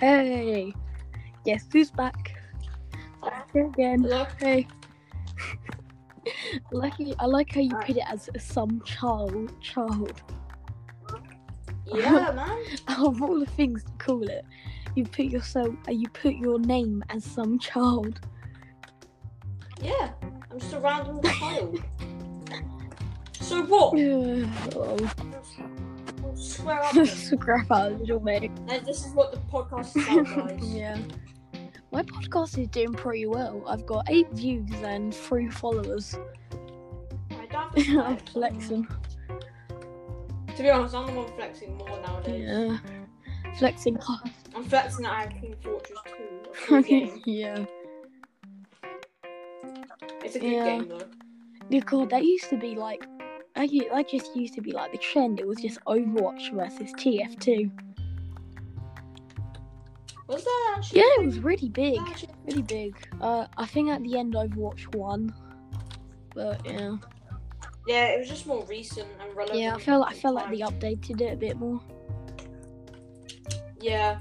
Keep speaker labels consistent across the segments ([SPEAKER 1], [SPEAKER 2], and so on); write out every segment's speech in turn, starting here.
[SPEAKER 1] Hey. Yes, who's back? Back again.
[SPEAKER 2] Look.
[SPEAKER 1] Hey. I like you, I like how you put it as some child, child.
[SPEAKER 2] Yeah, man.
[SPEAKER 1] Out of all the things to call it, you put yourself, uh, you put your name as some child.
[SPEAKER 2] Yeah. I'm just a random child. so what?
[SPEAKER 1] oh,
[SPEAKER 2] We'll square up. then.
[SPEAKER 1] scrap out, little mate.
[SPEAKER 2] and this is what the podcast is about, guys.
[SPEAKER 1] Yeah. My podcast is doing pretty well. I've got eight views and three followers.
[SPEAKER 2] I don't think
[SPEAKER 1] I'm
[SPEAKER 2] I-
[SPEAKER 1] flexing.
[SPEAKER 2] To be honest, I'm the one flexing more nowadays.
[SPEAKER 1] Yeah. Flexing hard.
[SPEAKER 2] I'm flexing that I have King Fortress 2. It's a good game.
[SPEAKER 1] yeah.
[SPEAKER 2] It's a good
[SPEAKER 1] Yeah.
[SPEAKER 2] game, though.
[SPEAKER 1] Because that used to be like, I u- that just used to be like the trend. It was just Overwatch versus TF2.
[SPEAKER 2] Was that actually?
[SPEAKER 1] Yeah, it was really big,
[SPEAKER 2] that actually-
[SPEAKER 1] really big. Uh, I think at the end Overwatch won, but yeah,
[SPEAKER 2] Yeah, it was just more recent and relevant.
[SPEAKER 1] yeah. I felt I felt like they updated it a bit more.
[SPEAKER 2] Yeah.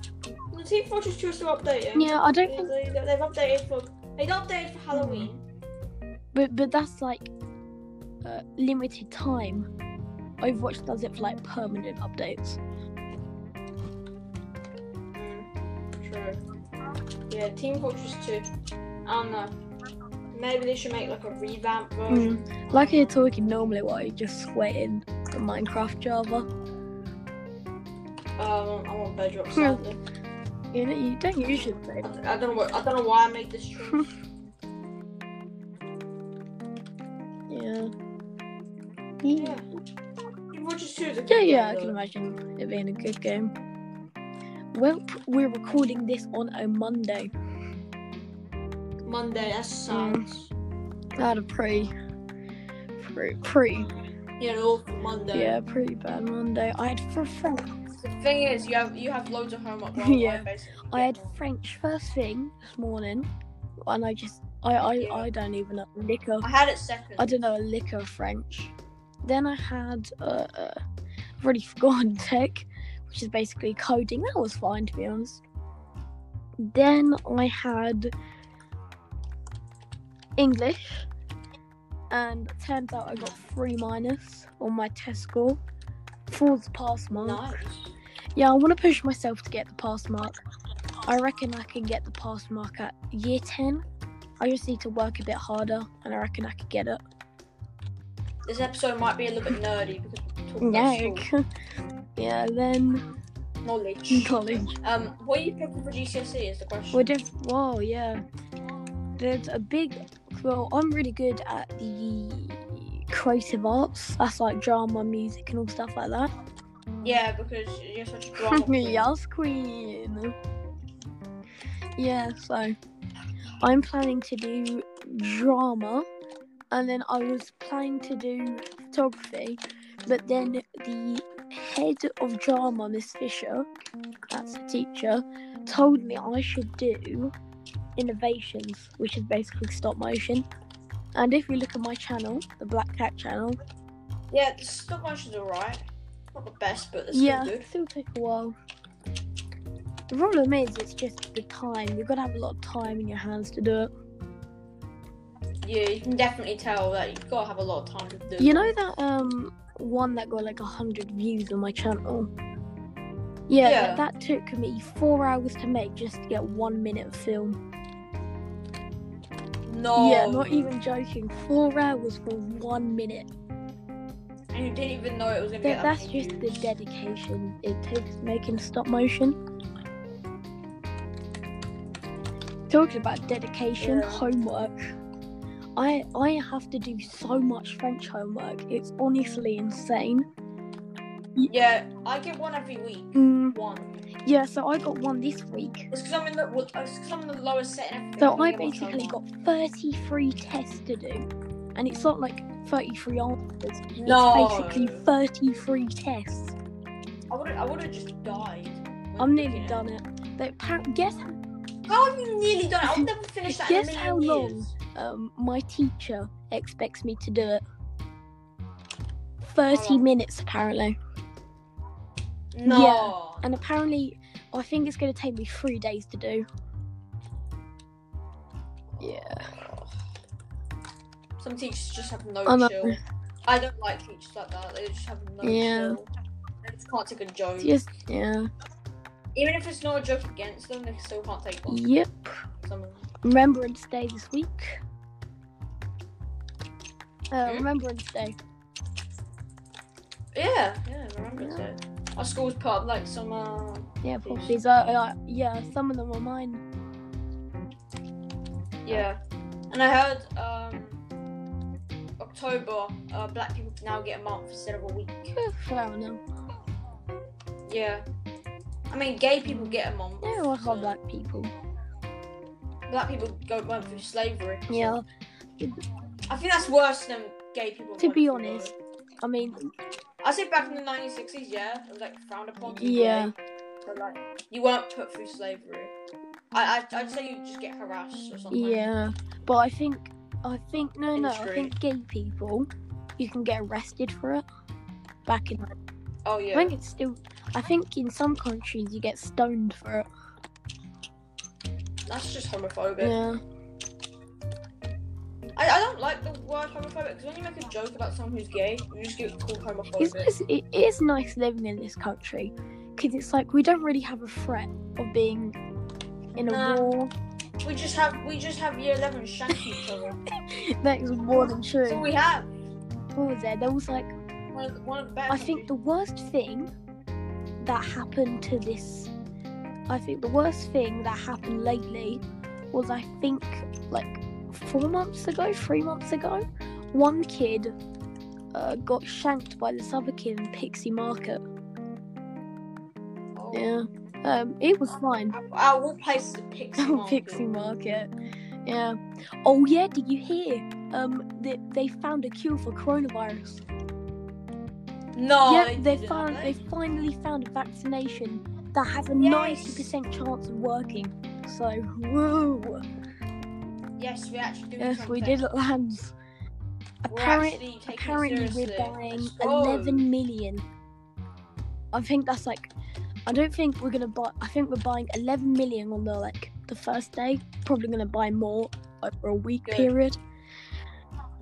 [SPEAKER 2] The Team Fortress 2 is still updating.
[SPEAKER 1] Yeah, Mm. I don't
[SPEAKER 2] They,
[SPEAKER 1] think,
[SPEAKER 2] they, they've updated for. They updated for Halloween.
[SPEAKER 1] but but that's like uh, limited time. Overwatch does it for like permanent updates.
[SPEAKER 2] Mm, True. Yeah, Team Fortress 2. I don't know. Maybe they should make like a revamp version.
[SPEAKER 1] Mm. Like you're talking normally, while you're just sweating the Minecraft Java.
[SPEAKER 2] Um, I want Bedrock
[SPEAKER 1] Yeah.
[SPEAKER 2] Sandy.
[SPEAKER 1] You know, you don't usually play.
[SPEAKER 2] I, I don't know. What, I don't know why I made this choice.
[SPEAKER 1] Yeah.
[SPEAKER 2] yeah. Team Fortress 2 is a good
[SPEAKER 1] Yeah,
[SPEAKER 2] game,
[SPEAKER 1] yeah, I
[SPEAKER 2] though.
[SPEAKER 1] can imagine it being a good game. Well, we're recording this on a Monday.
[SPEAKER 2] Monday. That
[SPEAKER 1] Mm.
[SPEAKER 2] sucks.
[SPEAKER 1] I had a pretty, pretty, pretty
[SPEAKER 2] Yeah, an awful Monday.
[SPEAKER 1] yeah, pretty bad Monday. I had for French,
[SPEAKER 2] The thing is, you have you have loads of homework.
[SPEAKER 1] while I Yeah. I had French first thing this morning, and I just, I, I, I don't even know a lick of,
[SPEAKER 2] I had it second.
[SPEAKER 1] I don't know a lick of French. Then I had, uh, uh I've already forgotten tech, which is basically coding. That was fine to be honest. Then I had English, and it turns out I got three minus on my test score. Four's the pass mark.
[SPEAKER 2] Nice.
[SPEAKER 1] Yeah, I want to push myself to get the pass mark. I reckon I can get the pass mark at year 10. I just need to work a bit harder, and I reckon I could get it.
[SPEAKER 2] This episode might be a little bit nerdy because we're talking about school
[SPEAKER 1] Yeah, yeah then
[SPEAKER 2] knowledge.
[SPEAKER 1] college.
[SPEAKER 2] um, what are you picking for GCSE E is the question.
[SPEAKER 1] We're diff- Whoa, yeah. There's a big. Well, I'm really good at the creative arts. That's like drama, music, and all stuff like that.
[SPEAKER 2] yeah, because you're such a drama. queen.
[SPEAKER 1] yes, queen. Yeah, so I'm planning to do drama, and then I was planning to do photography, but then the head of drama, Miss Fisher, that's the teacher, told me I should do innovations, which is basically stop motion. And if you look at my channel, the Black Cat channel,
[SPEAKER 2] Yeah, the stop motion's alright. Not the best, but it's
[SPEAKER 1] yeah,
[SPEAKER 2] still good.
[SPEAKER 1] still take a while. The problem is, it's just the time. You've got to have a lot of time in your hands to do it.
[SPEAKER 2] Yeah, you can definitely tell that you've got to have a lot of time to do.
[SPEAKER 1] You
[SPEAKER 2] it.
[SPEAKER 1] know that um one that got like a hundred views on my channel. Yeah,
[SPEAKER 2] Yeah.
[SPEAKER 1] That, that took me four hours to make just to get one minute of film.
[SPEAKER 2] No.
[SPEAKER 1] Yeah, not e- even joking. Four hours for one minute.
[SPEAKER 2] And you didn't even know it was gonna
[SPEAKER 1] That,
[SPEAKER 2] get.
[SPEAKER 1] that's
[SPEAKER 2] many
[SPEAKER 1] just the
[SPEAKER 2] views.
[SPEAKER 1] dedication it takes making stop motion. Talking about dedication,
[SPEAKER 2] Yeah.
[SPEAKER 1] homework. I I have to do so much French homework. It's honestly insane.
[SPEAKER 2] Yeah, I get one every week.
[SPEAKER 1] Mm,
[SPEAKER 2] One.
[SPEAKER 1] yeah, so I got one this week.
[SPEAKER 2] It's because I'm in the well, it's 'cause I'm in the lowest set. And everything.
[SPEAKER 1] So
[SPEAKER 2] I'm
[SPEAKER 1] I
[SPEAKER 2] gonna watch
[SPEAKER 1] basically
[SPEAKER 2] over.
[SPEAKER 1] got 33 tests to do, and it's not like 33 answers.
[SPEAKER 2] No.
[SPEAKER 1] It's basically 33 tests.
[SPEAKER 2] I would I would have just died. when
[SPEAKER 1] I'm
[SPEAKER 2] doing
[SPEAKER 1] nearly
[SPEAKER 2] it.
[SPEAKER 1] done it. But pa- guess how
[SPEAKER 2] How have you nearly done it? I'll never finish that.
[SPEAKER 1] Guess
[SPEAKER 2] in a
[SPEAKER 1] how
[SPEAKER 2] million
[SPEAKER 1] long?
[SPEAKER 2] years.
[SPEAKER 1] um, my teacher expects me to do it. 30
[SPEAKER 2] Wow.
[SPEAKER 1] minutes apparently.
[SPEAKER 2] No.
[SPEAKER 1] And apparently I think it's going to take me three days to do. Yeah.
[SPEAKER 2] Some teachers just have no
[SPEAKER 1] I know.
[SPEAKER 2] chill. I don't like teachers like that. They just have no
[SPEAKER 1] Yeah.
[SPEAKER 2] chill. They just can't take a joke.
[SPEAKER 1] Just yeah.
[SPEAKER 2] Even if it's not a joke against them, they still can't take one.
[SPEAKER 1] Yep.
[SPEAKER 2] Some of them.
[SPEAKER 1] Remembrance Day this week. Uh,
[SPEAKER 2] Hmm?
[SPEAKER 1] Remembrance Day.
[SPEAKER 2] Yeah, yeah, I remember it. Our school's put up like some. Uh,
[SPEAKER 1] Yeah, poppies. Uh, uh, yeah, some of them are mine.
[SPEAKER 2] yeah, and I heard um, October uh, black people can now get a month instead of a week.
[SPEAKER 1] Oh, Fair enough.
[SPEAKER 2] Yeah, I mean gay people get a month.
[SPEAKER 1] Yeah, I
[SPEAKER 2] so
[SPEAKER 1] love black people.
[SPEAKER 2] Black people go went through slavery. so-
[SPEAKER 1] Yeah.
[SPEAKER 2] I think that's worse than gay people.
[SPEAKER 1] To
[SPEAKER 2] went
[SPEAKER 1] be
[SPEAKER 2] through
[SPEAKER 1] honest,
[SPEAKER 2] slavery.
[SPEAKER 1] I mean,
[SPEAKER 2] I say back in the 1960s, yeah, it was like frowned upon. to be
[SPEAKER 1] Yeah.
[SPEAKER 2] gay. So like, you weren't put through slavery. I, I I'd say you just get harassed or something.
[SPEAKER 1] yeah, but I think, I think no, no, I
[SPEAKER 2] Industry.
[SPEAKER 1] think gay people, you can get arrested for it. Back in,
[SPEAKER 2] Oh
[SPEAKER 1] I
[SPEAKER 2] yeah.
[SPEAKER 1] think it's still, I think in some countries you get stoned for it.
[SPEAKER 2] That's just homophobic.
[SPEAKER 1] Yeah,
[SPEAKER 2] I, I don't like the word homophobic because when you make a joke about someone who's gay, you just get called homophobic.
[SPEAKER 1] it's, it's, it is nice living in this country, because it's like we don't really have a threat of being in a
[SPEAKER 2] Nah.
[SPEAKER 1] war.
[SPEAKER 2] We just have we just have year eleven shanking each other.
[SPEAKER 1] That is more than
[SPEAKER 2] That's all
[SPEAKER 1] true.
[SPEAKER 2] we have.
[SPEAKER 1] What was there? There was like.
[SPEAKER 2] One of the, one of the best.
[SPEAKER 1] I think the worst thing that happened to this, I think the worst thing that happened lately was I think like four months ago, three months ago, one kid uh, got shanked by this other kid in Pixie Market.
[SPEAKER 2] Oh.
[SPEAKER 1] Yeah, um, it was fine.
[SPEAKER 2] Our- Our wall place is a pixie. market.
[SPEAKER 1] Pixie Market. Yeah. Oh yeah, did you hear? Um, that they found a cure for coronavirus.
[SPEAKER 2] No,
[SPEAKER 1] yeah,
[SPEAKER 2] they,
[SPEAKER 1] they
[SPEAKER 2] didn't,
[SPEAKER 1] found
[SPEAKER 2] have
[SPEAKER 1] they
[SPEAKER 2] they?
[SPEAKER 1] finally found a vaccination that has a
[SPEAKER 2] Yes.
[SPEAKER 1] ninety percent chance of working. So whoa,
[SPEAKER 2] Yes, we actually do.
[SPEAKER 1] yes,
[SPEAKER 2] some
[SPEAKER 1] we
[SPEAKER 2] things.
[SPEAKER 1] did it, lads.
[SPEAKER 2] We're
[SPEAKER 1] Apparently,
[SPEAKER 2] actually taking it
[SPEAKER 1] apparently we're
[SPEAKER 2] seriously. Oh.
[SPEAKER 1] buying
[SPEAKER 2] Let's go.
[SPEAKER 1] eleven million. I think that's like, I don't think we're gonna buy. I think we're buying eleven million on the like the first day. Probably gonna buy more over a week
[SPEAKER 2] Good.
[SPEAKER 1] period.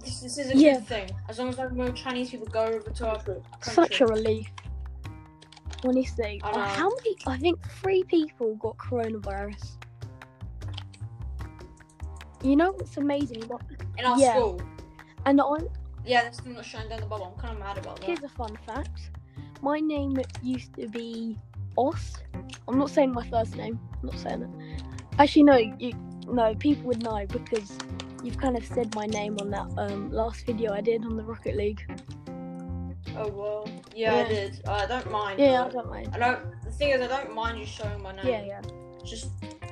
[SPEAKER 2] This, this is a
[SPEAKER 1] Yeah.
[SPEAKER 2] good thing. As long as like more Chinese people go over to our country.
[SPEAKER 1] Such a relief. Honestly,
[SPEAKER 2] I
[SPEAKER 1] oh,
[SPEAKER 2] know.
[SPEAKER 1] how many? I think three people got coronavirus. You know what's amazing? What,
[SPEAKER 2] in our
[SPEAKER 1] yeah.
[SPEAKER 2] school.
[SPEAKER 1] and I,
[SPEAKER 2] Yeah, that's still not shining down the bubble. I'm kind of mad about that.
[SPEAKER 1] here's a fun fact. My name used to be Os. I'm not saying my first name. I'm not saying it. Actually, no. You no. People would know because you've kind of said my name on that um, last video I did on the Rocket League.
[SPEAKER 2] Oh well. Yeah, I
[SPEAKER 1] Yeah.
[SPEAKER 2] did. I don't mind.
[SPEAKER 1] Yeah, I
[SPEAKER 2] though.
[SPEAKER 1] don't mind.
[SPEAKER 2] I don't. The thing is, I don't mind you showing my name.
[SPEAKER 1] Yeah, yeah.
[SPEAKER 2] It's just,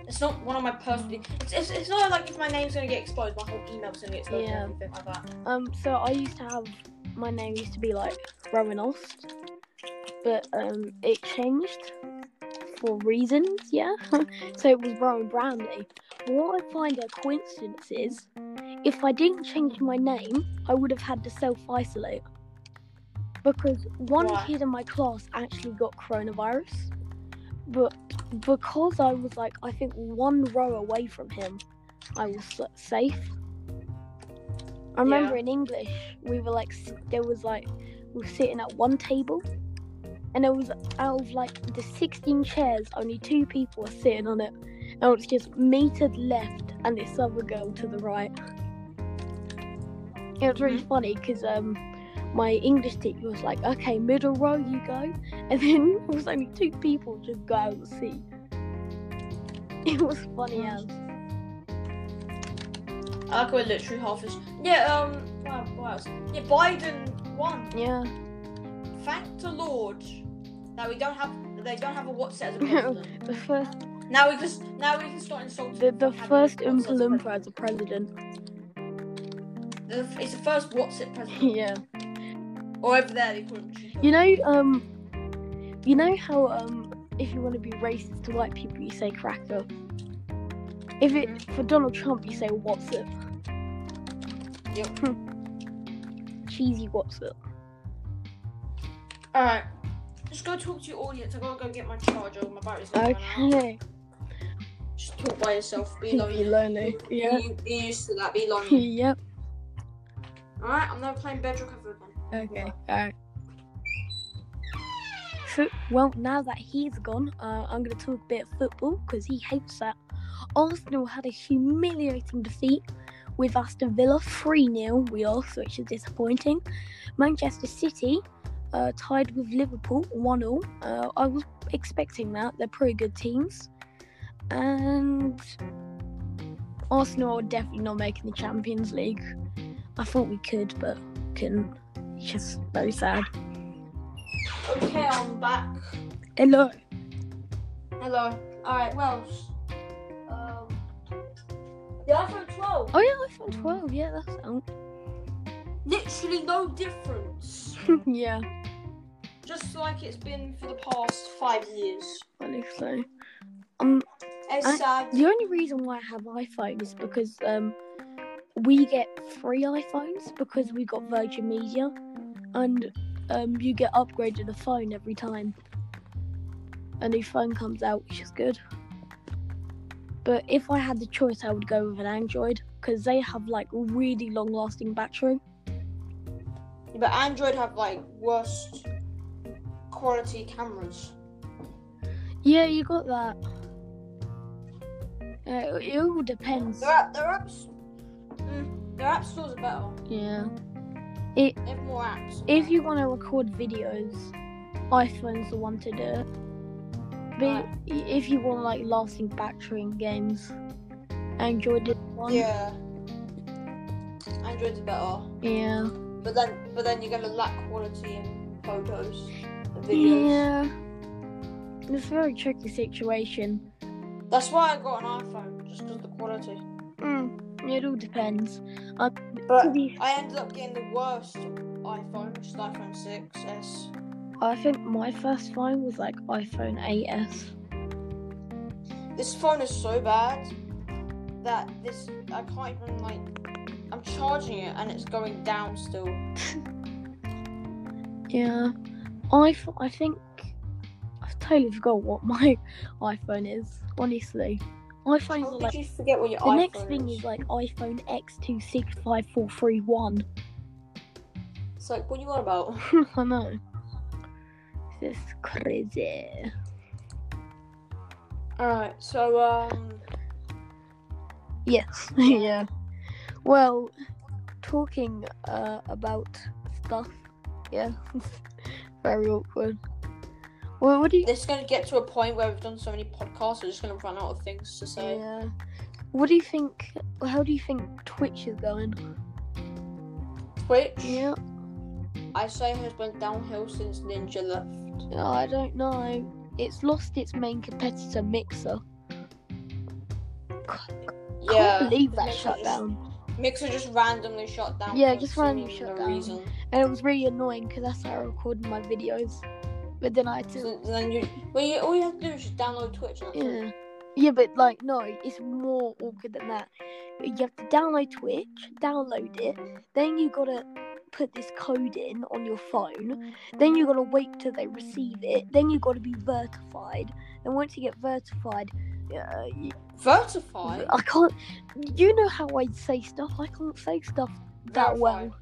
[SPEAKER 2] it's not one of my personal. It's, it's, it's not like if my name's gonna get exposed, my whole email's gonna get exposed
[SPEAKER 1] Yeah.
[SPEAKER 2] and everything like that.
[SPEAKER 1] Um, so I used to have my name used to be like Rowan Ost, but um, it changed for reasons, yeah. so it was Rowan Brownlee. But what I find a coincidence is, if I didn't change my name, I would have had to self isolate because one
[SPEAKER 2] Why?
[SPEAKER 1] kid in my class actually got coronavirus, but because I was like, I think one row away from him, I was s- safe. I remember in English, we were like, s- there was like, we were sitting at one table, and there was out of like the 16 chairs, only two people were sitting on it. And it was just me to the left and this other girl to the right. It was really funny because um, my English teacher was like, okay, middle row, you go. And then it was only two people just go out of the seat. It was funny as.
[SPEAKER 2] I like we're literally half as. Yeah. Um. Wow. What else? Yeah. Biden won.
[SPEAKER 1] Yeah.
[SPEAKER 2] Thank the Lord that we don't have. They don't have a WhatsApp as a president.
[SPEAKER 1] The first
[SPEAKER 2] now we just. Now we can start insulting.
[SPEAKER 1] the,
[SPEAKER 2] them
[SPEAKER 1] the
[SPEAKER 2] for having
[SPEAKER 1] first
[SPEAKER 2] WhatsApp as
[SPEAKER 1] Oompa
[SPEAKER 2] a
[SPEAKER 1] Loompa
[SPEAKER 2] president.
[SPEAKER 1] as a president.
[SPEAKER 2] The- It's the first WhatsApp president.
[SPEAKER 1] yeah.
[SPEAKER 2] or Oh, over there they call him. Chico.
[SPEAKER 1] You know, um you know how um if you want to be racist to white people you say cracker. If it for Donald Trump you say what's it?
[SPEAKER 2] Yep.
[SPEAKER 1] Cheesy what's Hmm. it?
[SPEAKER 2] All right. Just go talk to your audience. I gotta go get my charger. My battery's gonna run out.
[SPEAKER 1] Okay.
[SPEAKER 2] Just talk by yourself. Be
[SPEAKER 1] Be
[SPEAKER 2] lonely.
[SPEAKER 1] lonely. Yeah.
[SPEAKER 2] Be, be used to that. Be lonely.
[SPEAKER 1] yep.
[SPEAKER 2] Alright, I'm never playing Bedrock ever again.
[SPEAKER 1] Okay. Alright. So, well, now that he's gone, uh, I'm going to talk a bit of football because he hates that. Arsenal had a humiliating defeat with Aston Villa 3 0. We lost, which is disappointing. Manchester City uh, tied with Liverpool 1 0. Uh, I was expecting that. They're pretty good teams. And Arsenal are definitely not making the Champions League. I thought we could, but couldn't. It's just very sad.
[SPEAKER 2] Okay, I'm back.
[SPEAKER 1] Hello.
[SPEAKER 2] Hello. Alright, Welsh. Um, the iPhone 12.
[SPEAKER 1] Oh yeah, iPhone 12. Yeah, that's um, out.
[SPEAKER 2] Literally no difference.
[SPEAKER 1] yeah,
[SPEAKER 2] Just like it's been for the past five years.
[SPEAKER 1] I think so.
[SPEAKER 2] It's
[SPEAKER 1] I-
[SPEAKER 2] sad.
[SPEAKER 1] The only reason why I have iPhone is because um, we get free iPhones because we got Virgin Media, and um, you get upgraded a phone every time a new phone comes out, which is good. But if I had the choice, I would go with an Android because they have like really long-lasting battery.
[SPEAKER 2] But Android have like worst quality cameras.
[SPEAKER 1] Yeah, you got that. Uh, it all depends.
[SPEAKER 2] Their app, their apps, mm, their app stores are better.
[SPEAKER 1] Yeah.
[SPEAKER 2] They have more apps.
[SPEAKER 1] If you want to record videos, iPhone's the one to do it. But if you want like lasting battery in games, Android is the one.
[SPEAKER 2] yeah, Android's better.
[SPEAKER 1] Yeah.
[SPEAKER 2] But then, but then you're gonna lack quality in photos, and videos.
[SPEAKER 1] Yeah. It's a very tricky situation.
[SPEAKER 2] That's why I got an iPhone, just 'cause the quality.
[SPEAKER 1] Mm, it all depends.
[SPEAKER 2] But
[SPEAKER 1] To be-
[SPEAKER 2] I ended up getting the worst iPhone, which is iPhone 6s.
[SPEAKER 1] I think my first phone was like iPhone 8s.
[SPEAKER 2] This phone is so bad that this I can't even like. I'm charging it and it's going down still.
[SPEAKER 1] Yeah, I, f- I think I've totally forgot what my iPhone is. Honestly, iPhones
[SPEAKER 2] How
[SPEAKER 1] are
[SPEAKER 2] did
[SPEAKER 1] like
[SPEAKER 2] you forget what your
[SPEAKER 1] the
[SPEAKER 2] iPhone
[SPEAKER 1] next thing is like iPhone X two six five four three one.
[SPEAKER 2] It's like, what are you on about?
[SPEAKER 1] I know. This is crazy.
[SPEAKER 2] Alright, so, um.
[SPEAKER 1] Yes. yeah. Well, talking uh, about stuff. Yeah. Very awkward. Well, what do you?
[SPEAKER 2] This is gonna get to a point where we've done so many podcasts, we're just gonna run out of things to say.
[SPEAKER 1] Yeah. uh, What do you think? How do you think Twitch is going?
[SPEAKER 2] Twitch,
[SPEAKER 1] Yeah.
[SPEAKER 2] I say, has been downhill since Ninja left.
[SPEAKER 1] I don't know. It's lost its main competitor, Mixer. Can't
[SPEAKER 2] Yeah.
[SPEAKER 1] believe that
[SPEAKER 2] Mixer
[SPEAKER 1] shut
[SPEAKER 2] just-
[SPEAKER 1] down.
[SPEAKER 2] Mixer just randomly shut down.
[SPEAKER 1] Yeah,
[SPEAKER 2] for
[SPEAKER 1] just
[SPEAKER 2] no
[SPEAKER 1] randomly
[SPEAKER 2] seeming
[SPEAKER 1] shut
[SPEAKER 2] no
[SPEAKER 1] down.
[SPEAKER 2] Reason.
[SPEAKER 1] And it was really annoying because that's how I recorded my videos. But then I had to.
[SPEAKER 2] So then you, well, you, all you have to do is just download Twitch. And that's it.
[SPEAKER 1] Yeah. Yeah, but like, no, it's more awkward than that. You have to download Twitch, download it, then you gotta put this code in on your phone, then you gotta wait till they receive it, then you gotta be vertified. And once you get vertified, uh, you,
[SPEAKER 2] Vertify.
[SPEAKER 1] I can't. You know how I say stuff. I can't say stuff that
[SPEAKER 2] Verify.
[SPEAKER 1] well.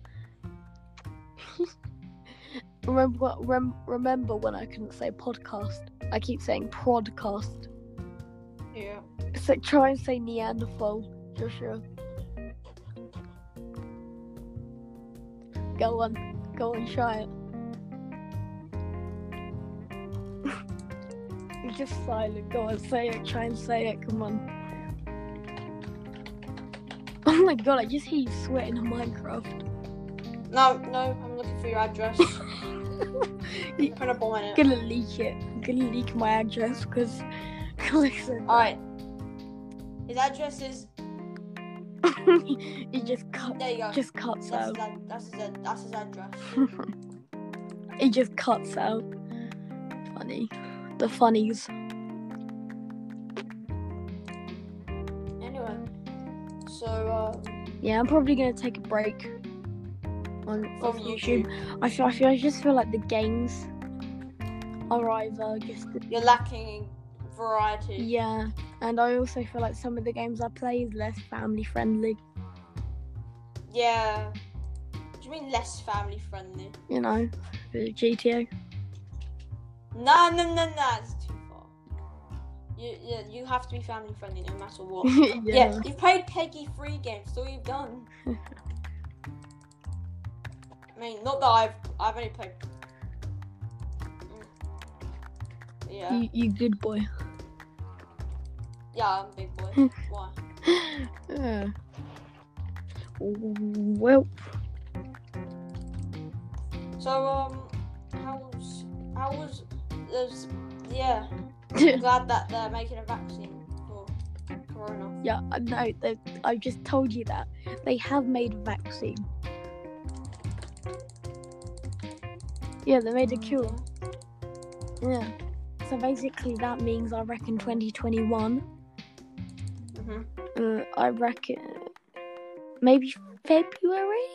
[SPEAKER 1] Remember, rem, remember when I couldn't say podcast? I keep saying podcast.
[SPEAKER 2] Yeah.
[SPEAKER 1] So try and say Neanderthal, Joshua. Go on, go on, try it. You're just silent. Go on, say it. Try and say it. Come on. Oh my god, I just hear you sweating in Minecraft.
[SPEAKER 2] No, no, I'm looking for your address. I'm gonna bomb it.
[SPEAKER 1] gonna leak it. I'm gonna leak my address because.
[SPEAKER 2] Alright. His address is.
[SPEAKER 1] it just cut,
[SPEAKER 2] There you go.
[SPEAKER 1] just cuts
[SPEAKER 2] that's,
[SPEAKER 1] out.
[SPEAKER 2] his, ad- that's, his, ad- that's his address.
[SPEAKER 1] It just cuts out. Funny. The funnies.
[SPEAKER 2] Anyway. So, uh.
[SPEAKER 1] Yeah, I'm probably gonna take a break on
[SPEAKER 2] From
[SPEAKER 1] from YouTube. I feel, I feel I just feel like the games are either just
[SPEAKER 2] You're lacking in variety.
[SPEAKER 1] yeah. And I also feel like some of the games I play is less family friendly.
[SPEAKER 2] Yeah. Do you mean less family friendly?
[SPEAKER 1] You know, the GTA.
[SPEAKER 2] No, no, no, no. It's too far. You, yeah, you have to be family friendly no matter what.
[SPEAKER 1] yeah.
[SPEAKER 2] yeah. you've played Peggy free games. That's all you've done. I mean, not that I've I've only played. Mm. Yeah,
[SPEAKER 1] You, you good boy.
[SPEAKER 2] yeah, I'm a big boy. Why?
[SPEAKER 1] yeah. Well,
[SPEAKER 2] So um, how's how was there's yeah. I'm
[SPEAKER 1] yeah,
[SPEAKER 2] glad that they're making a vaccine for corona.
[SPEAKER 1] I know. uh, they- I just told you that they have made a vaccine. Yeah, they made a cure. Yeah. So basically, that means I reckon 2021.
[SPEAKER 2] hmm
[SPEAKER 1] Uh, I reckon maybe February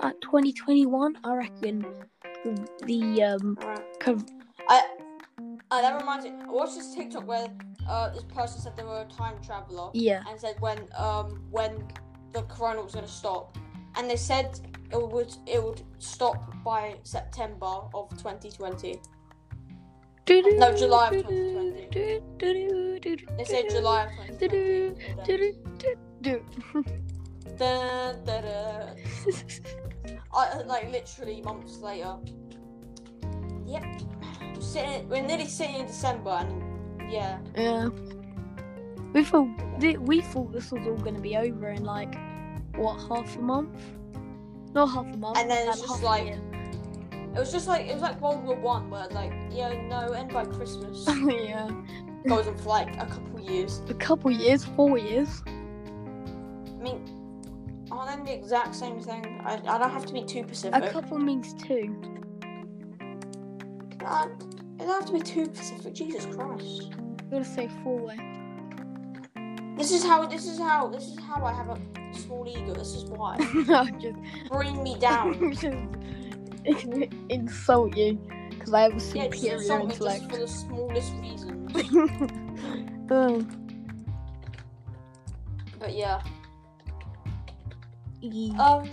[SPEAKER 1] uh, 2021. I reckon the, the um
[SPEAKER 2] Alright.
[SPEAKER 1] cov-
[SPEAKER 2] I. Uh, that reminds me. I watched this TikTok where uh, this person said they were a time traveler
[SPEAKER 1] yeah
[SPEAKER 2] and said when um when the corona was gonna stop, and they said it would it would stop by September of 2020. No, July of
[SPEAKER 1] 2020.
[SPEAKER 2] They said July of 2020. Dun, dun, dun. I, like literally months later. Yep. Sitting, we're nearly sitting in December, and yeah,
[SPEAKER 1] Yeah. We thought thi- we thought this was all gonna be over in like what half a month? Not half a month.
[SPEAKER 2] And then it's just
[SPEAKER 1] half a
[SPEAKER 2] like-
[SPEAKER 1] year.
[SPEAKER 2] it was just like it was like World War One, where like yeah, no, end by Christmas
[SPEAKER 1] yeah,
[SPEAKER 2] goes on for like a couple years.
[SPEAKER 1] a couple years, four years.
[SPEAKER 2] I mean, aren't them the exact same thing? I, I don't have to be too
[SPEAKER 1] A
[SPEAKER 2] specific.
[SPEAKER 1] couple means two.
[SPEAKER 2] I, I don't have to be too specific. Jesus Christ.
[SPEAKER 1] I'm gonna say four.
[SPEAKER 2] This is how. This is how. This is how I have a small ego. This is why.
[SPEAKER 1] no, just
[SPEAKER 2] Bring me down.
[SPEAKER 1] just insult you because I have a
[SPEAKER 2] Yeah, just
[SPEAKER 1] superior
[SPEAKER 2] insult me
[SPEAKER 1] intellect.
[SPEAKER 2] just for the smallest reasons.
[SPEAKER 1] Oh,
[SPEAKER 2] But yeah.
[SPEAKER 1] ye-
[SPEAKER 2] Um.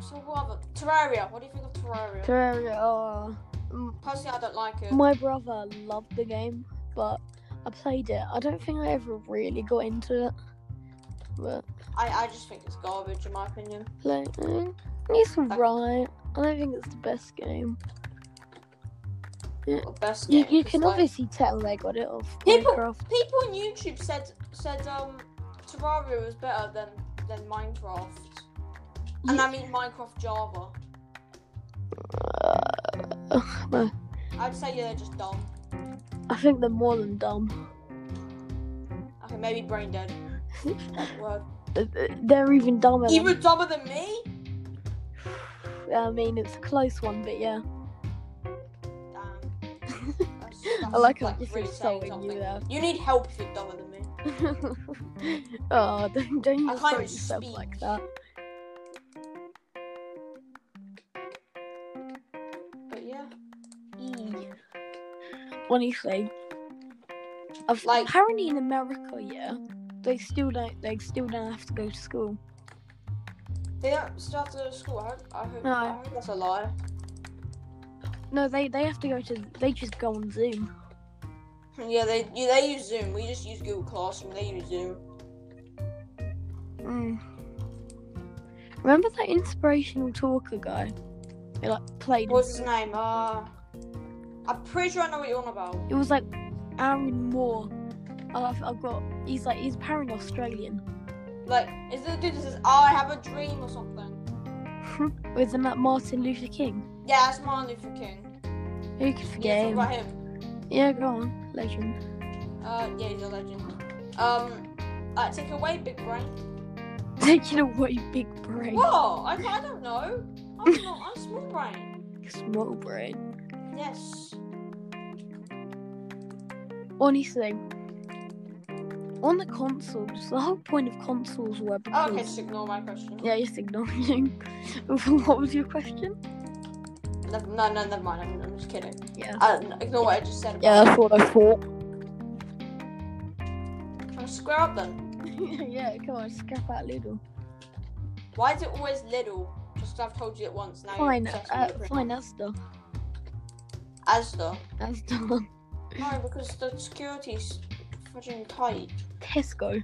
[SPEAKER 2] So what? Other? Terraria. What do you think of Terraria?
[SPEAKER 1] Terraria, oh. Mm,
[SPEAKER 2] Personally, I don't like it.
[SPEAKER 1] My brother loved the game, but I played it. I don't think I ever really got into it. But
[SPEAKER 2] I, I just think it's garbage in my opinion.
[SPEAKER 1] like, mm, it's alright. I don't think it's the best game.
[SPEAKER 2] Or best
[SPEAKER 1] You,
[SPEAKER 2] game,
[SPEAKER 1] you
[SPEAKER 2] 'cause,
[SPEAKER 1] can
[SPEAKER 2] like,
[SPEAKER 1] obviously tell they got it off
[SPEAKER 2] People-
[SPEAKER 1] Minecraft.
[SPEAKER 2] People on YouTube said said um Terraria was better than than Minecraft, and I mean Minecraft Java.
[SPEAKER 1] no.
[SPEAKER 2] I'd say yeah, they're just dumb.
[SPEAKER 1] I think they're more than dumb.
[SPEAKER 2] Okay, maybe brain dead. That word.
[SPEAKER 1] Uh, uh, They're even dumber. than-
[SPEAKER 2] Even dumber than me.
[SPEAKER 1] I mean, it's a close one, but yeah.
[SPEAKER 2] Damn. That's- that's,
[SPEAKER 1] I like how this
[SPEAKER 2] really
[SPEAKER 1] is
[SPEAKER 2] saying
[SPEAKER 1] showing
[SPEAKER 2] something.
[SPEAKER 1] you there.
[SPEAKER 2] You need help if you're dumber than me.
[SPEAKER 1] oh, don't, don't
[SPEAKER 2] I
[SPEAKER 1] insult
[SPEAKER 2] can't even
[SPEAKER 1] yourself
[SPEAKER 2] speak.
[SPEAKER 1] like that.
[SPEAKER 2] But yeah.
[SPEAKER 1] Honestly, I've,
[SPEAKER 2] Like-
[SPEAKER 1] apparently in America, yeah, they still don't. They still don't have to go to school.
[SPEAKER 2] They don't start to go to school. I hope, I hope,
[SPEAKER 1] No.
[SPEAKER 2] I hope that's a lie.
[SPEAKER 1] No, they they have to go to. They just go on Zoom.
[SPEAKER 2] Yeah, they yeah, they use Zoom. We just use Google Classroom. They use Zoom.
[SPEAKER 1] Mm. Remember that inspirational talker guy? He like played.
[SPEAKER 2] What's his name? Uh, I'm pretty sure I know what you're on about.
[SPEAKER 1] It was like Aaron Moore. I've, I've got. He's like he's apparently Australian.
[SPEAKER 2] Like, is it the dude that says, "Oh, I have a dream" or something?
[SPEAKER 1] Isn't that Martin Luther King?
[SPEAKER 2] Yeah, that's Martin Luther King.
[SPEAKER 1] Who could
[SPEAKER 2] Yeah,
[SPEAKER 1] forget
[SPEAKER 2] talk
[SPEAKER 1] him?
[SPEAKER 2] about him.
[SPEAKER 1] Yeah, go on, legend.
[SPEAKER 2] Uh, yeah, he's a legend. Um, uh, take away big brain.
[SPEAKER 1] Taking away big brain,
[SPEAKER 2] Whoa, I, I don't know. I'm not. I'm small brain.
[SPEAKER 1] small brain.
[SPEAKER 2] Yes.
[SPEAKER 1] Honestly, on the consoles, the whole point of consoles were
[SPEAKER 2] Oh,
[SPEAKER 1] because
[SPEAKER 2] okay, just ignore my question.
[SPEAKER 1] yeah, just ignoring you. what was your question?
[SPEAKER 2] Never, no, no, never mind. I'm, I'm just kidding.
[SPEAKER 1] Yeah.
[SPEAKER 2] Uh, n- ignore what I just said.
[SPEAKER 1] Yeah, that's what I thought.
[SPEAKER 2] I'm square up then.
[SPEAKER 1] yeah, come on, scrap out Lidl.
[SPEAKER 2] Why is it always little? Just 'cause I've told you it once. Now
[SPEAKER 1] Fine,
[SPEAKER 2] you're obsessed
[SPEAKER 1] uh,
[SPEAKER 2] with it.
[SPEAKER 1] fine, that's done.
[SPEAKER 2] Asda.
[SPEAKER 1] That's done.
[SPEAKER 2] No, because the security's fucking tight.
[SPEAKER 1] Tesco.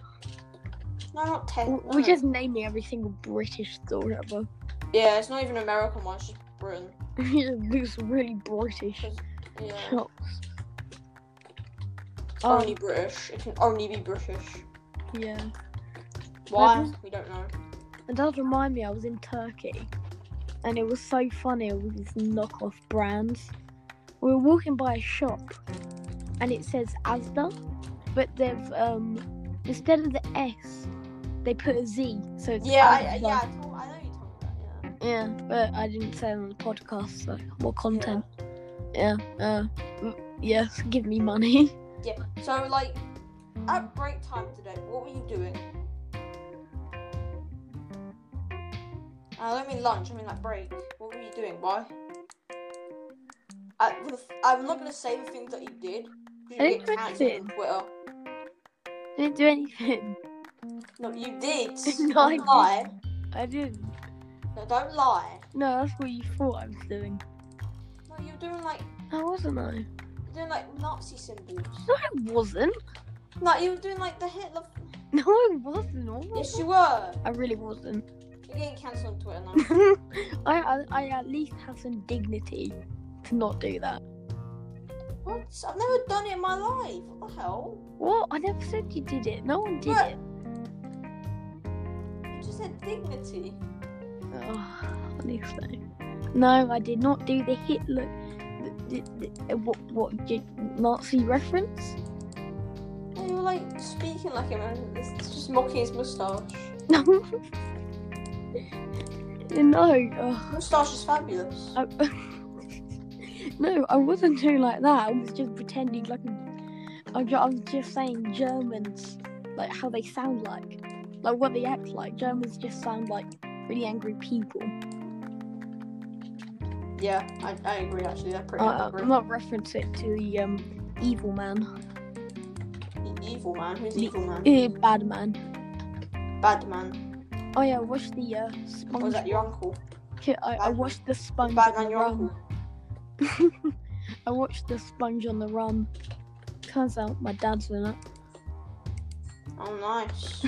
[SPEAKER 2] No, not ten.
[SPEAKER 1] W- We're just naming every single British store ever.
[SPEAKER 2] Yeah, it's not even American one. It's just Britain.
[SPEAKER 1] These really British
[SPEAKER 2] Yeah.
[SPEAKER 1] shops.
[SPEAKER 2] It's
[SPEAKER 1] Oh.
[SPEAKER 2] only British. It can only be British.
[SPEAKER 1] Yeah.
[SPEAKER 2] Why? We don't know.
[SPEAKER 1] And that remind me, I was in Turkey, and it was so funny with these knockoff brands. We were walking by a shop, and it says Asda, but they've um instead of the S, they put a Z, so it's
[SPEAKER 2] Yeah, I, I-
[SPEAKER 1] Asda.
[SPEAKER 2] yeah. I, told, I know you told me that. Yeah.
[SPEAKER 1] Yeah, but I didn't say it on the podcast, so more content. Yeah, uh, mm, yes, give me money.
[SPEAKER 2] Yeah. So like, at break time today, what were you doing? Uh, I don't mean lunch. I mean like break. What were you doing? Why? I, the th- I'm not gonna say the things that you did. 'cause You
[SPEAKER 1] I didn't
[SPEAKER 2] get
[SPEAKER 1] do
[SPEAKER 2] cancelled
[SPEAKER 1] anything.
[SPEAKER 2] on Twitter.
[SPEAKER 1] Didn't do anything.
[SPEAKER 2] No, you did.
[SPEAKER 1] No, I
[SPEAKER 2] don't
[SPEAKER 1] didn't.
[SPEAKER 2] lie.
[SPEAKER 1] I didn't.
[SPEAKER 2] No, don't lie.
[SPEAKER 1] No, that's what you thought I was doing.
[SPEAKER 2] No, you're doing like
[SPEAKER 1] How wasn't I?
[SPEAKER 2] you're doing like Nazi symbols.
[SPEAKER 1] No, I wasn't.
[SPEAKER 2] No, you were doing like the Hitler.
[SPEAKER 1] No, I wasn't. What was
[SPEAKER 2] Yes, you were.
[SPEAKER 1] I really wasn't.
[SPEAKER 2] You're getting cancelled on Twitter now.
[SPEAKER 1] I, I I at least have some dignity to not do that.
[SPEAKER 2] What? I've never done it in my life. What the hell?
[SPEAKER 1] What? I never said you did it. No one did
[SPEAKER 2] Look.
[SPEAKER 1] it.
[SPEAKER 2] You just said dignity.
[SPEAKER 1] Oh, honestly. No, I did not do the Hitler. The, the, the, what? What? the Nazi reference?
[SPEAKER 2] And you were like speaking like him, and it's it's just mocking his moustache.
[SPEAKER 1] No. no. ugh,
[SPEAKER 2] Moustache is fabulous.
[SPEAKER 1] Um, I- no, I wasn't doing like that. I was just pretending like I ju- I was just saying Germans, like how they sound like, like what they act like. Germans just sound like really angry people.
[SPEAKER 2] Yeah, I, I agree. Actually, they're pretty
[SPEAKER 1] Uh,
[SPEAKER 2] angry.
[SPEAKER 1] I'm not referencing it to the um, evil man,
[SPEAKER 2] E- evil man. Who's
[SPEAKER 1] Me-
[SPEAKER 2] evil man?
[SPEAKER 1] Eh, bad man.
[SPEAKER 2] Bad man.
[SPEAKER 1] Oh yeah, I watched the uh,
[SPEAKER 2] Or is
[SPEAKER 1] Sponge.
[SPEAKER 2] that your uncle?
[SPEAKER 1] Ki- I, I
[SPEAKER 2] Batman?
[SPEAKER 1] watched the Sponge
[SPEAKER 2] Bad
[SPEAKER 1] on
[SPEAKER 2] man,
[SPEAKER 1] the
[SPEAKER 2] your
[SPEAKER 1] Run.
[SPEAKER 2] uncle.
[SPEAKER 1] I watched the Sponge on the Run. Turns out my dad's in it.
[SPEAKER 2] Oh, nice.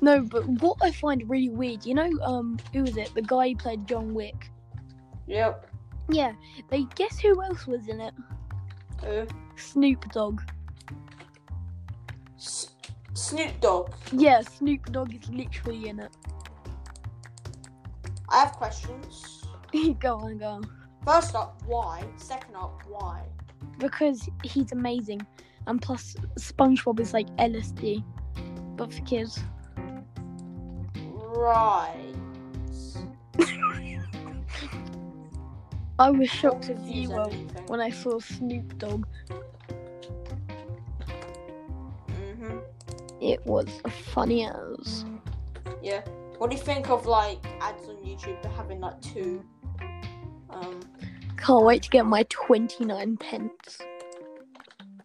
[SPEAKER 1] No, but what I find really weird, you know, um, who was it? The guy who played John Wick.
[SPEAKER 2] yep.
[SPEAKER 1] Yeah, they guess who else was in it?
[SPEAKER 2] Who?
[SPEAKER 1] Snoop Dogg.
[SPEAKER 2] S- Snoop Dogg.
[SPEAKER 1] Yeah, Snoop Dogg is literally in it.
[SPEAKER 2] I have questions.
[SPEAKER 1] go on, go on.
[SPEAKER 2] First up, why? Second up, why?
[SPEAKER 1] Because he's amazing, and plus SpongeBob is like LSD, but for kids.
[SPEAKER 2] Right.
[SPEAKER 1] I was shocked
[SPEAKER 2] Not
[SPEAKER 1] as you
[SPEAKER 2] confused
[SPEAKER 1] were
[SPEAKER 2] anything.
[SPEAKER 1] when I saw Snoop Dogg.
[SPEAKER 2] Mhm.
[SPEAKER 1] It was funny as.
[SPEAKER 2] Yeah. What do you think of like ads on YouTube but having like two? Um.
[SPEAKER 1] Can't wait to get my twenty nine pence.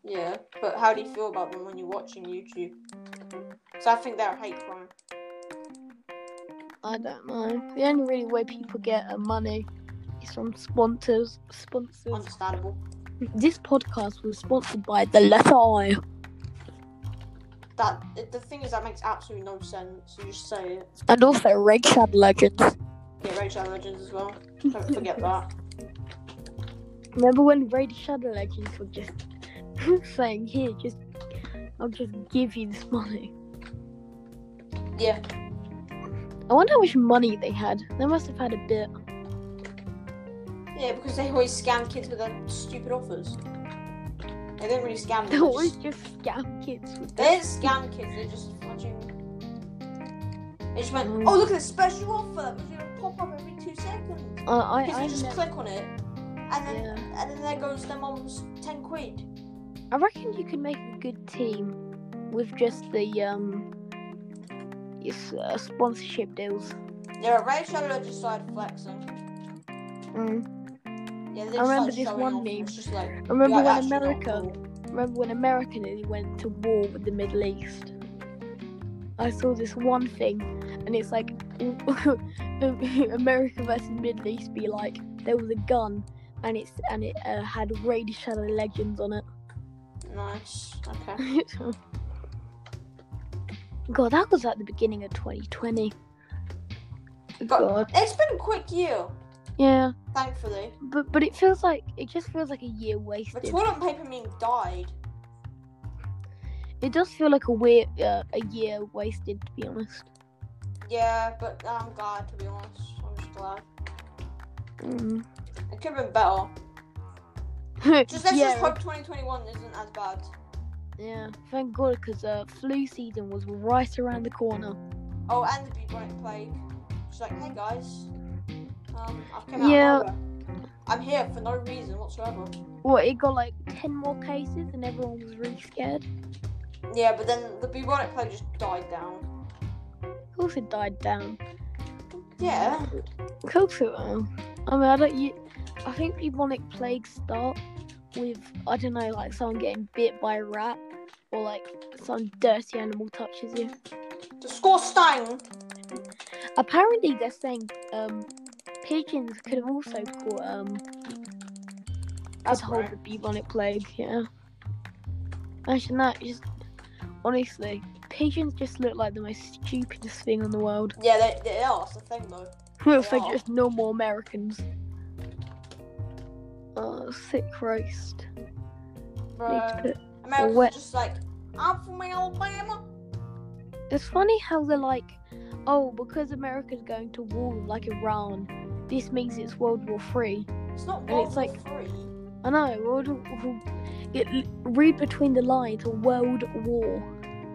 [SPEAKER 2] Yeah. But how do you feel about them when you're watching YouTube? So I think they're a hate crime.
[SPEAKER 1] I don't know. The only really way people get uh, money is from sponsors. Sponsors.
[SPEAKER 2] Understandable.
[SPEAKER 1] This podcast was sponsored by the letter I.
[SPEAKER 2] That it- the thing is that makes absolutely no sense. You just say it.
[SPEAKER 1] And also Red Shad Legends.
[SPEAKER 2] Yeah, Rage Shadow Legends as well. Don't forget that.
[SPEAKER 1] Remember when Raid Shadow Legends were just saying, here, just I'll just give you this money.
[SPEAKER 2] Yeah.
[SPEAKER 1] I wonder how much money they had. They must have had a bit.
[SPEAKER 2] Yeah, because they always scam kids with their stupid offers. They didn't really scam them.
[SPEAKER 1] They
[SPEAKER 2] They
[SPEAKER 1] always
[SPEAKER 2] just,
[SPEAKER 1] just scam kids with
[SPEAKER 2] they didn't scam kids. They just fucking. They just went.
[SPEAKER 1] Mm.
[SPEAKER 2] Oh, look at this special offer that was gonna pop up every two seconds.
[SPEAKER 1] I I,
[SPEAKER 2] Kids
[SPEAKER 1] I,
[SPEAKER 2] would just
[SPEAKER 1] know-
[SPEAKER 2] click on it, and then
[SPEAKER 1] Yeah.
[SPEAKER 2] and then there goes their mom's ten quid.
[SPEAKER 1] I reckon you could make a good team with just the um yes, uh, sponsorship deals.
[SPEAKER 2] Yeah, Ray Shadow just started flexing.
[SPEAKER 1] Mm.
[SPEAKER 2] Yeah, they just,
[SPEAKER 1] I remember
[SPEAKER 2] like,
[SPEAKER 1] this
[SPEAKER 2] showing
[SPEAKER 1] one
[SPEAKER 2] off and
[SPEAKER 1] meme.
[SPEAKER 2] It's just like,
[SPEAKER 1] I remember
[SPEAKER 2] like,
[SPEAKER 1] when
[SPEAKER 2] actually not
[SPEAKER 1] America
[SPEAKER 2] cool.
[SPEAKER 1] remember when America nearly went to war with the Middle East. I saw this one thing, and it's like America versus Middle East. Be like there was a gun, and it's and it uh, had Raid Shadow Legends on it.
[SPEAKER 2] Nice. Okay.
[SPEAKER 1] God, that was at the beginning of 2020.
[SPEAKER 2] But-
[SPEAKER 1] God,
[SPEAKER 2] It's been a quick year,
[SPEAKER 1] yeah,
[SPEAKER 2] thankfully.
[SPEAKER 1] but but it feels like it just feels like a year wasted.
[SPEAKER 2] But toilet paper meme died.
[SPEAKER 1] It does feel like a weird uh, a year wasted, to be honest.
[SPEAKER 2] Yeah, but I'm glad to be honest. I'm just glad.
[SPEAKER 1] Mm.
[SPEAKER 2] It could have been better. Just let's
[SPEAKER 1] yeah,
[SPEAKER 2] just hope 2021 isn't as bad.
[SPEAKER 1] yeah. Thank God, because uh, flu season was right around the corner.
[SPEAKER 2] Oh, and the bubonic plague. She's like, hey guys, um, I've come out
[SPEAKER 1] Yeah.
[SPEAKER 2] of nowhere. I'm here for no reason whatsoever.
[SPEAKER 1] What it got like ten more cases, and everyone was really scared.
[SPEAKER 2] Yeah, but then the bubonic plague just died down.
[SPEAKER 1] Of course, it died down.
[SPEAKER 2] Yeah.
[SPEAKER 1] Of course, it will. I mean, I don't. You, I think bubonic plagues start with I don't know, like someone getting bit by a rat, or like some dirty animal touches you.
[SPEAKER 2] The score stung.
[SPEAKER 1] Apparently, they're saying um, pigeons could have also caught um, as whole the bubonic plague. Yeah. Imagine that. Just honestly, pigeons just look like the most stupidest thing in the world.
[SPEAKER 2] Yeah, they, they are. That's the thing though.
[SPEAKER 1] if they're
[SPEAKER 2] Wow.
[SPEAKER 1] just normal Americans. Oh, sick roast. Need to
[SPEAKER 2] Bro.
[SPEAKER 1] put-
[SPEAKER 2] Americans are
[SPEAKER 1] What?
[SPEAKER 2] just like, I'm from Alabama.
[SPEAKER 1] It's funny how they're like, oh, because America's going to war with, like Iran, this means it's World War Three.
[SPEAKER 2] It's not
[SPEAKER 1] And
[SPEAKER 2] World
[SPEAKER 1] it's
[SPEAKER 2] War
[SPEAKER 1] like-
[SPEAKER 2] Three.
[SPEAKER 1] I know. World, War- it, read between the lines. A world war.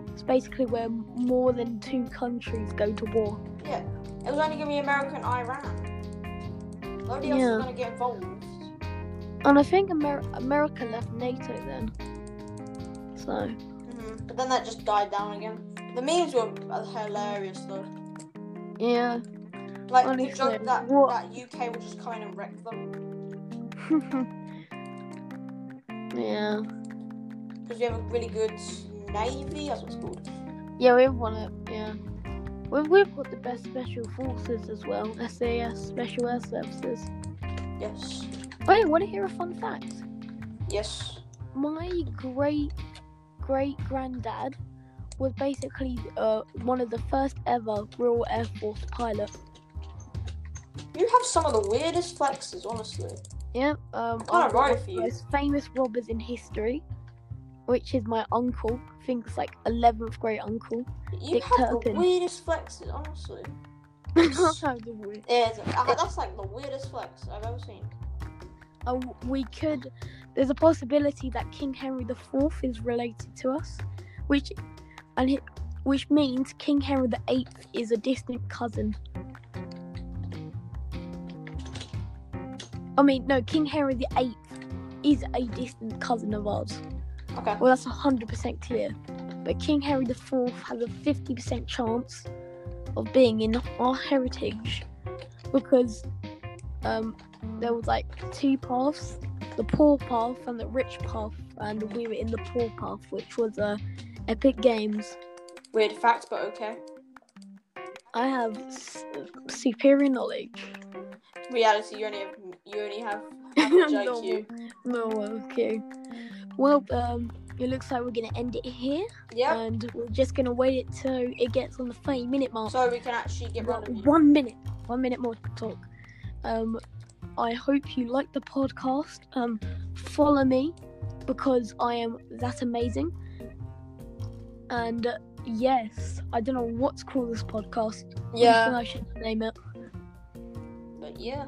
[SPEAKER 1] It's basically where more than two countries go to war.
[SPEAKER 2] Yeah. It was only gonna be America and Iran. Nobody else
[SPEAKER 1] Yeah. Mm-hmm.
[SPEAKER 2] is gonna get involved.
[SPEAKER 1] And I think Amer- America left NATO then. So
[SPEAKER 2] hmm But then that just died down again. The memes were hilarious though.
[SPEAKER 1] yeah.
[SPEAKER 2] Like the
[SPEAKER 1] Honestly,
[SPEAKER 2] joke that,
[SPEAKER 1] what-
[SPEAKER 2] that UK would just come in and wreck them
[SPEAKER 1] yeah.
[SPEAKER 2] because we have a really good navy. That's what it's called.
[SPEAKER 1] Yeah, we've won it. Yeah. We've, we've got the best special forces as well. SAS, Special Air Services.
[SPEAKER 2] Yes.
[SPEAKER 1] Wait, want to hear a fun fact?
[SPEAKER 2] Yes.
[SPEAKER 1] My great great granddad was basically uh, one of the first ever Royal Air Force pilots.
[SPEAKER 2] You have some of the weirdest flexes, honestly.
[SPEAKER 1] Yeah, um,
[SPEAKER 2] Kinda
[SPEAKER 1] I've got one
[SPEAKER 2] right
[SPEAKER 1] of
[SPEAKER 2] for
[SPEAKER 1] the
[SPEAKER 2] you.
[SPEAKER 1] most famous robbers in history, which is my uncle. I think it's like eleventh great uncle.
[SPEAKER 2] You
[SPEAKER 1] Dick
[SPEAKER 2] have the
[SPEAKER 1] Turpin.
[SPEAKER 2] weirdest flexes, honestly.
[SPEAKER 1] I,
[SPEAKER 2] Yeah, it's- uh, that's like the weirdest flex I've ever seen.
[SPEAKER 1] we could. There's a possibility that King Henry the Fourth is related to us, which and it, which means King Henry the Eighth is a distant cousin. I mean, no, King Henry the Eighth is a distant cousin of ours.
[SPEAKER 2] Okay.
[SPEAKER 1] Well, that's 100% clear. But King Henry IV has a 50% chance of being in our heritage because um, there was like two paths the poor path and the rich path, and we were in the poor path, which was uh, Epic Games.
[SPEAKER 2] Weird fact, but okay.
[SPEAKER 1] I have s- superior knowledge.
[SPEAKER 2] Reality, you only have you only have average
[SPEAKER 1] no,
[SPEAKER 2] IQ.
[SPEAKER 1] no, okay. Well, um, it looks like we're gonna end it here,
[SPEAKER 2] Yeah.
[SPEAKER 1] and we're just gonna wait it till it gets on the 30 minute mark.
[SPEAKER 2] So we can actually get rid
[SPEAKER 1] Well,
[SPEAKER 2] of you.
[SPEAKER 1] Um, one minute, one minute more to talk. Um, I hope you like the podcast. Um, follow me because I am that amazing. And uh, yes, I don't know what's called this podcast. What do you think
[SPEAKER 2] Yeah.
[SPEAKER 1] I should name it.
[SPEAKER 2] But yeah.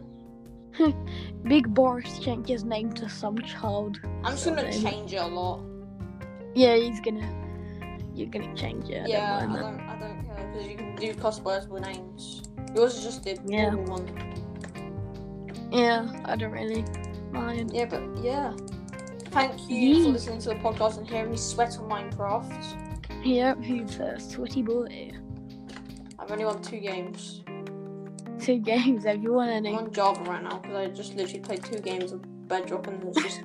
[SPEAKER 1] Big Boris changed his name to some child.
[SPEAKER 2] I'm just gonna
[SPEAKER 1] Something.
[SPEAKER 2] change it a lot.
[SPEAKER 1] Yeah, he's gonna. You're gonna change it. I don't
[SPEAKER 2] Yeah, I
[SPEAKER 1] mind that.
[SPEAKER 2] don't, I don't care because you can do customizable names. Yours is just the
[SPEAKER 1] Yeah.
[SPEAKER 2] normal one.
[SPEAKER 1] Yeah, I don't really mind.
[SPEAKER 2] Yeah, but yeah. Thank you for
[SPEAKER 1] Yee.
[SPEAKER 2] listening to the podcast and hearing me sweat on Minecraft.
[SPEAKER 1] Yeah, he's a sweaty boy.
[SPEAKER 2] I've only won two games.
[SPEAKER 1] two games if you want to
[SPEAKER 2] I'm
[SPEAKER 1] know.
[SPEAKER 2] on Java right now because I just literally played two games of Bedrock and it's just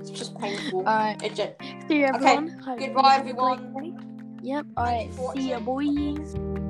[SPEAKER 2] it's just painful.
[SPEAKER 1] Alright,
[SPEAKER 2] It ju-
[SPEAKER 1] see you
[SPEAKER 2] Okay,
[SPEAKER 1] everyone. Hope you
[SPEAKER 2] goodbye,
[SPEAKER 1] have a great
[SPEAKER 2] everyone.
[SPEAKER 1] day. Yep, alright,
[SPEAKER 2] for
[SPEAKER 1] see ya, boys.